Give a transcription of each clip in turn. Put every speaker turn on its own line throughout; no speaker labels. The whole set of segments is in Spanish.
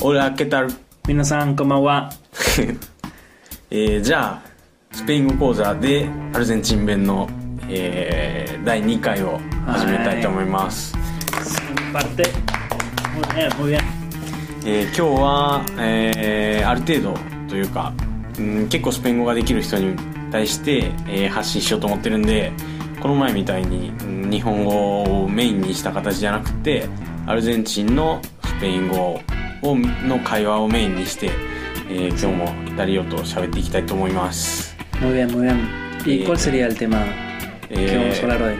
Hola, ¿qué tal?
皆さんこんばんは
えーじゃあ、スペイン語講座でアルゼンチン弁の、えー第2回を始めたいと思います。
parte muy bien muy bien
えー今日は、えーある程度というか、うん、結構スペイン語ができる人に対して、えー発信しようと思ってるんでこの前みたいに、うん日本語をメインにした形じゃなくてアルゼンチンのスペイン語をの会話をメインにして、えー今日もダリオと喋っていきたいと思います。
muy bien muy bien y
Eh,
cuál sería el tema que vamos a hablar hoy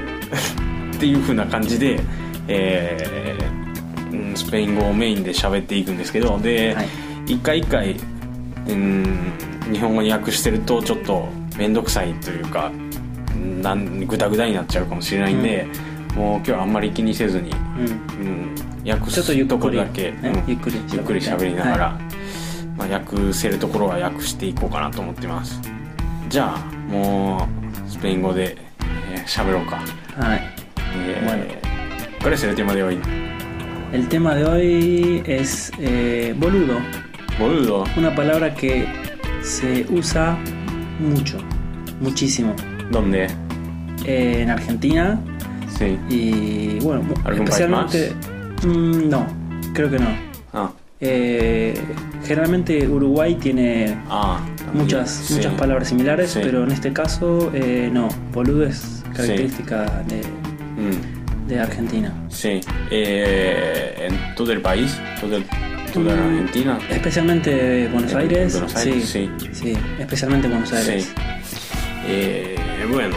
っていう風な感じで、えーうんスペイン語をメインで喋っていくんですけどで、
はい
一回一回、うん、日本語に訳してるとちょっと面倒くさいというかなんグダグダになっちゃうかもしれないんで、もう今日はあんまり気にせずに、
うん
うん、訳
ちょっと
す
ゆっくり
ところだけ、
ね
うん
ゆっくり
ゆっくり喋りながら、まあ、訳せるところは訳していこうかなと思ってますじゃあもうスペイン語でえー喋、ろうか
Ay,
Eh,
Bueno.
¿Cuál es el tema de hoy?
el tema de hoy es eh, boludo
Boludo.
una palabra que se usa mucho muchísimo
¿Dónde?
eh, en Argentina
Sí.
y bueno mu-
¿Algún país
especialmente Mm, no creo que no
Ah,
Eh, generalmente Uruguay tiene
ah. también.
muchas,
Sí.
muchas palabras similares,
Sí.
pero en este caso eh, no. Boludo es característica de,
Mm,
de Argentina.
sí. Eh, ¿En todo el país? ¿Todo el, toda
Mm,
Argentina?
Especialmente de Buenos
En
Aires.
Eh, Buenos Aires, sí.
especialmente Buenos Aires.
Sí. Eh, bueno,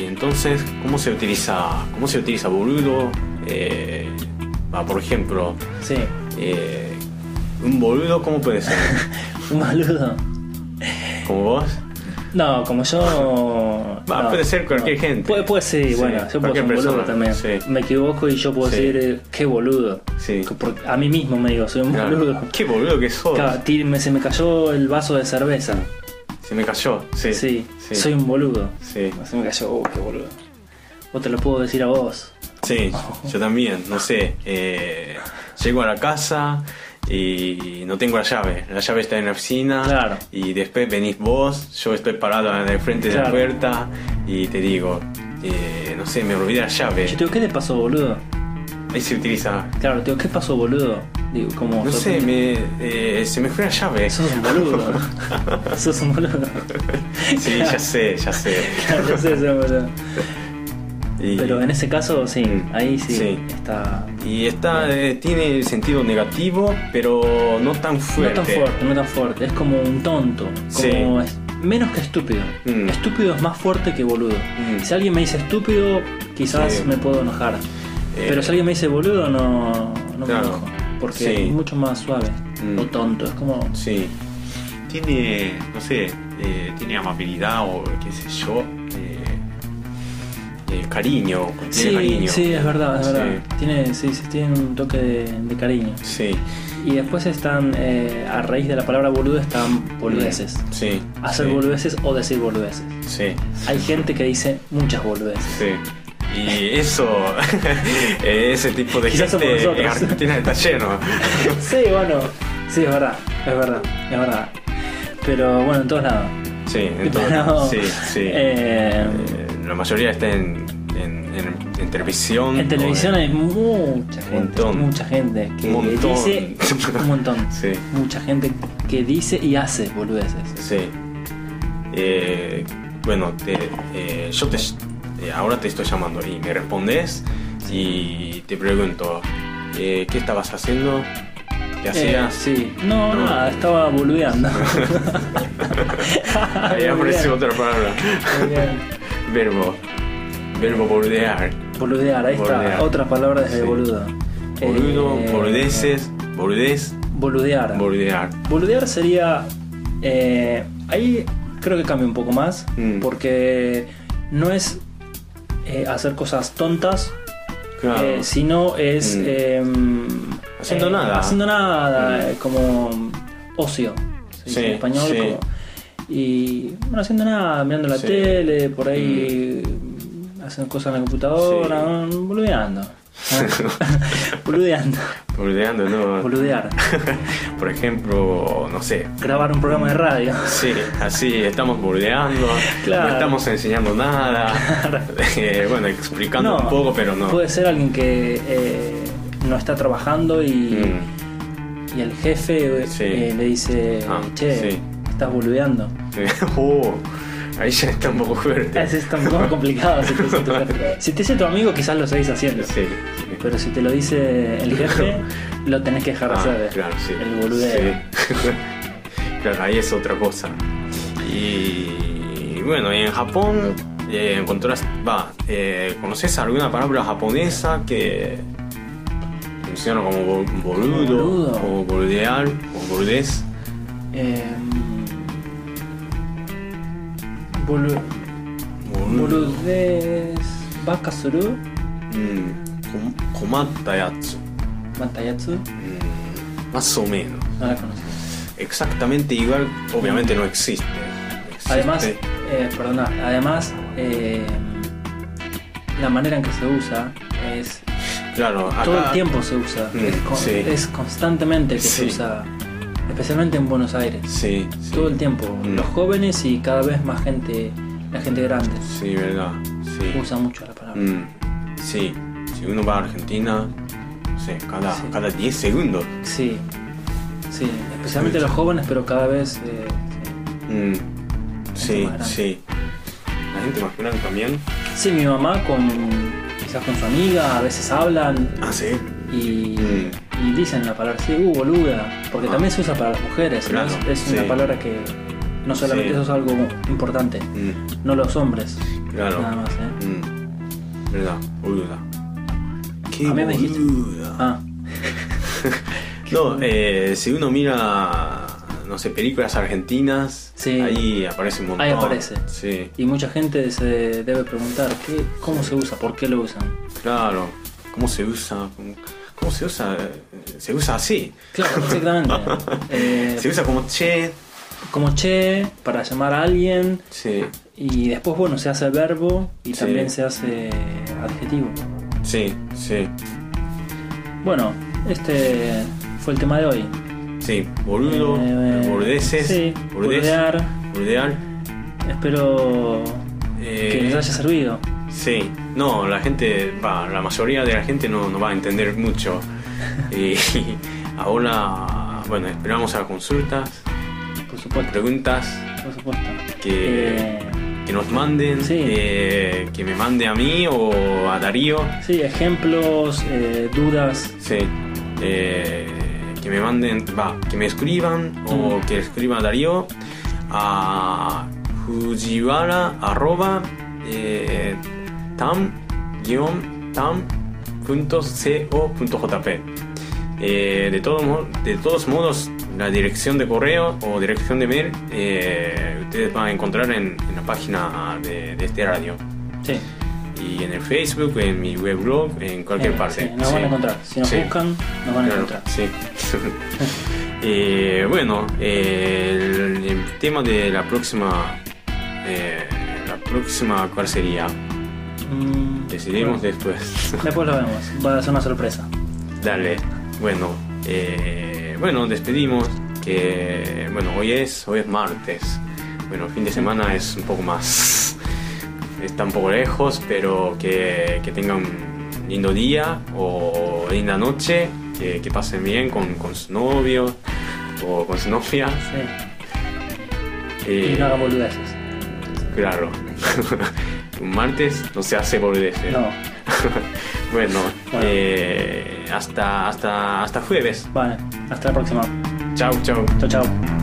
y entonces, ¿cómo se utiliza, cómo se utiliza boludo? Eh, ah, por ejemplo,
Sí.
eh, ¿un boludo cómo puede ser?
Un boludo.
¿Como vos?
No, como yo.
Va,
no,
puede ser cualquier gente.
Puede, puede ser,
Sí,
bueno, yo puedo ser
cualquier
un boludo
persona,
también.
sí.
Me equivoco y yo puedo
Sí.
decir, eh, qué boludo.
Sí.
Porque a mí mismo me digo, soy un
Claro.
boludo.
Qué boludo que sos.
Claro, ti- me- se me cayó el vaso de cerveza.
Se me cayó. Sí.
Sí,
Sí.
soy un boludo.
Sí.
Se me cayó, oh, qué boludo. O te lo puedo decir a vos.
Sí, yo también, no sé. eh, llego a la casa y no tengo la llave. La llave está en la oficina.
Claro.
Y después venís vos, yo estoy parado en el frente de la
Claro.
puerta y te digo, eh, no sé, me olvidé la llave.
Yo te digo, ¿qué te pasó, boludo?
Ahí se utiliza.
Claro, te digo, ¿qué pasó, boludo? Digo, como.
No sé,
sorprendido.
me, eh, se me fue la llave.
Sos un boludo. sos un boludo.
Sí, ya sé, ya sé.
Claro, yo sé, soy un boludo.
Y-
Pero en ese caso, sí,
Mm.
ahí sí,
Sí.
está.
Y está, eh, tiene sentido negativo, pero no tan
No
fuerte.
tan fuerte, no tan fuerte. Es como un tonto. Como
Sí.
es- menos que estúpido.
Mm.
Estúpido es más fuerte que boludo.
Mm.
Si alguien me dice estúpido, quizás
Sí.
me puedo enojar.
Eh,
Pero si alguien me dice boludo, no, no
claro.
me enojo. Porque
Sí.
es mucho más suave.
Mm.
O tonto. Es como.
Sí,
tiene, no sé, eh, tiene amabilidad o qué sé yo, eh,
eh, cariño, tiene
Sí,
cariño.
sí, es verdad, es
Sí.
verdad. Tiene, sí, sí, tiene un toque de, de cariño.
Sí,
Y después están, eh, a raíz de la palabra boludo, están boludeces.
sí.
Hacer
sí,
boludeces o decir boludeces.
Sí,
Hay gente que dice muchas boludeces.
sí. Y eso, eh, ese tipo de
Quizás somos
gente en
nosotros.
Argentina está lleno.
sí, bueno, sí, es verdad, es verdad, es verdad. Pero bueno, en todos lados.
Sí, entonces,
Pero,
sí, sí.
eh,
Eh, la mayoría está en, en, en- en televisión.
en
o
televisión hay mucha gente,
eh. montón.
mucha gente que
Un montón.
dice un montón.
Sí,
Mucha gente que dice y hace boludeces.
sí. Eh, bueno, te, eh, yo te, eh, ahora te estoy llamando y me respondes y te pregunto, eh, ¿qué estabas haciendo? ¿Qué
Eh,
hacías?
sí. No,
No.
nada, estaba boludeando.
Ahí
Muy
apareció
bien,
otra palabra.
muy bien.
Verbo. Verbo boludear.
Boludear, ahí
Boludear.
está. Otra palabra desde
Sí.
boludo.
Boludo,
Eh,
boludeces, boludez,
Boludear.
boludear.
Boludear sería. eh, ahí creo que cambia un poco más.
Mm.
Porque no es eh, hacer cosas tontas,
Claro.
eh, sino es.
Mm.
eh,
Haciendo nada.
Haciendo nada,
Mm.
eh, como ocio. se dice
Sí,
en español.
sí.
como- y bueno, haciendo nada, mirando la
Sí. Mm.
tele, por ahí. Haciendo cosas en la computadora, mm, boludeando. Boludeando.
Boludeando, ¿no?
Boludear.
Por ejemplo, no sé.
Grabar un programa de radio.
Sí, así estamos boludeando,
Claro.
no estamos enseñando nada. Eh, bueno, explicando un poco, pero no.
Puede ser alguien que eh, no está trabajando y,
Mm,
y el jefe eh,
Sí.
eh, le dice,
Ah,
che,
sí.
estás boludeando.
sí. Oh, ahí ya está un poco fuerte.
Es, es tan poco complicado si te dice tu jefe. Si te dice tu amigo, quizás lo seguís haciendo.
Sí, sí.
Pero si te lo dice el jefe, lo tenés que dejar de
Ah,
hacer. eh,
claro, sí.
El boludeo.
Sí. claro, ahí es otra cosa. Y bueno, en Japón eh, encontrás, va, eh, ¿conoces alguna palabra japonesa que funciona como bo- boludo,
Boludo.
o boludear o boludez?
Eh, bolu- boludez. Baka suru?
Mm, com- komatayatsu.
Matayatsu?
Mm, más o menos.
No la conozco.
Exactamente igual, obviamente no existe. No existe.
Además, eh, perdona, además, eh, la manera en que se usa es.
claro, acá-
todo el tiempo se usa.
Mm,
es, con-
sí.
es constantemente que se
Sí.
usa. Especialmente en Buenos Aires.
Sí, sí.
Todo el tiempo.
Mm.
Los jóvenes y cada vez más gente, la gente grande,
Sí, verdad. Sí.
usa mucho la palabra.
Mm, sí. Si uno va a Argentina, no sé, cada,
Sí.
cada 10 segundos.
Sí, sí, especialmente los jóvenes, pero cada vez. eh,
Mm, sí,
más grande.
sí. La gente más grande también.
sí. sí, mi mamá con quizás con su amiga a veces hablan
Ah, sí.
y,
Mm.
y dicen la palabra sí, uh, boluda, porque
Ah.
también se usa para las mujeres, ¿no?
Claro,
es, es una
sí.
palabra que no solamente
Sí.
eso es algo importante,
Mm,
no los hombres,
claro.
nada más. ¿eh?
Mm, verdad, boluda. ¿Qué
A mí me dijiste.
boluda.
Ah,
No, eh, si uno mira, no sé, películas argentinas,
Sí.
ahí aparece un montón.
Ahí aparece.
Sí,
y mucha gente se debe preguntar ¿qué, cómo se usa, por qué lo usan.
claro. ¿Cómo se usa? ¿Cómo se usa? Se usa así.
Claro, exactamente. Eh,
Se usa como che.
como che, para llamar a alguien,
Sí,
Y después, bueno, se hace verbo y
Sí.
también se hace adjetivo.
sí, sí,
Bueno, este fue el tema de hoy.
sí. Boludo,
Eh,
bordeses,
Sí, bordear.
bordear.
Espero
eh,
que les haya servido.
Sí, no, la gente, va, la mayoría de la gente no, no va a entender mucho. Y ahora, bueno, esperamos a consultas,
Por supuesto,
preguntas
por supuesto.
que,
Eh,
que nos manden,
Sí.
eh, que me mande a mí o a Darío.
sí, ejemplos, eh, dudas.
Sí, eh, que me manden, va, que me escriban o que escriba Darío a fujiwara arroba eh, tam guión tam punto co punto jp. Eh, de, todo mo- de todos modos, la dirección de correo o dirección de mail eh, ustedes van a encontrar en, en la página de, de este radio
Sí,
y en el Facebook, en mi weblog, en cualquier
eh,
parte.
sí, nos van a
Sí.
encontrar. Si nos
Sí.
buscan, nos van a
Claro,
encontrar.
sí. Eh, bueno, eh, el, el tema de la próxima. eh, la próxima, ¿cuál sería?
Mm,
Decidimos después.
bueno, Después lo vemos. Va a ser una sorpresa.
Dale. Bueno, eh, bueno, despedimos. Que bueno, hoy es, hoy es martes. Bueno, fin de semana es un poco más. Está un poco lejos, pero que, que tengan un lindo día o linda noche. Que, que pasen bien con, con su novio o con su novia.
Sí.
Eh,
Y no hagan boludeces.
claro. un martes no se hace boludeces.
No.
bueno,
Bueno.
eh, hasta, hasta, hasta jueves.
Vale, hasta la próxima.
Chao, chao.
Chao, chao.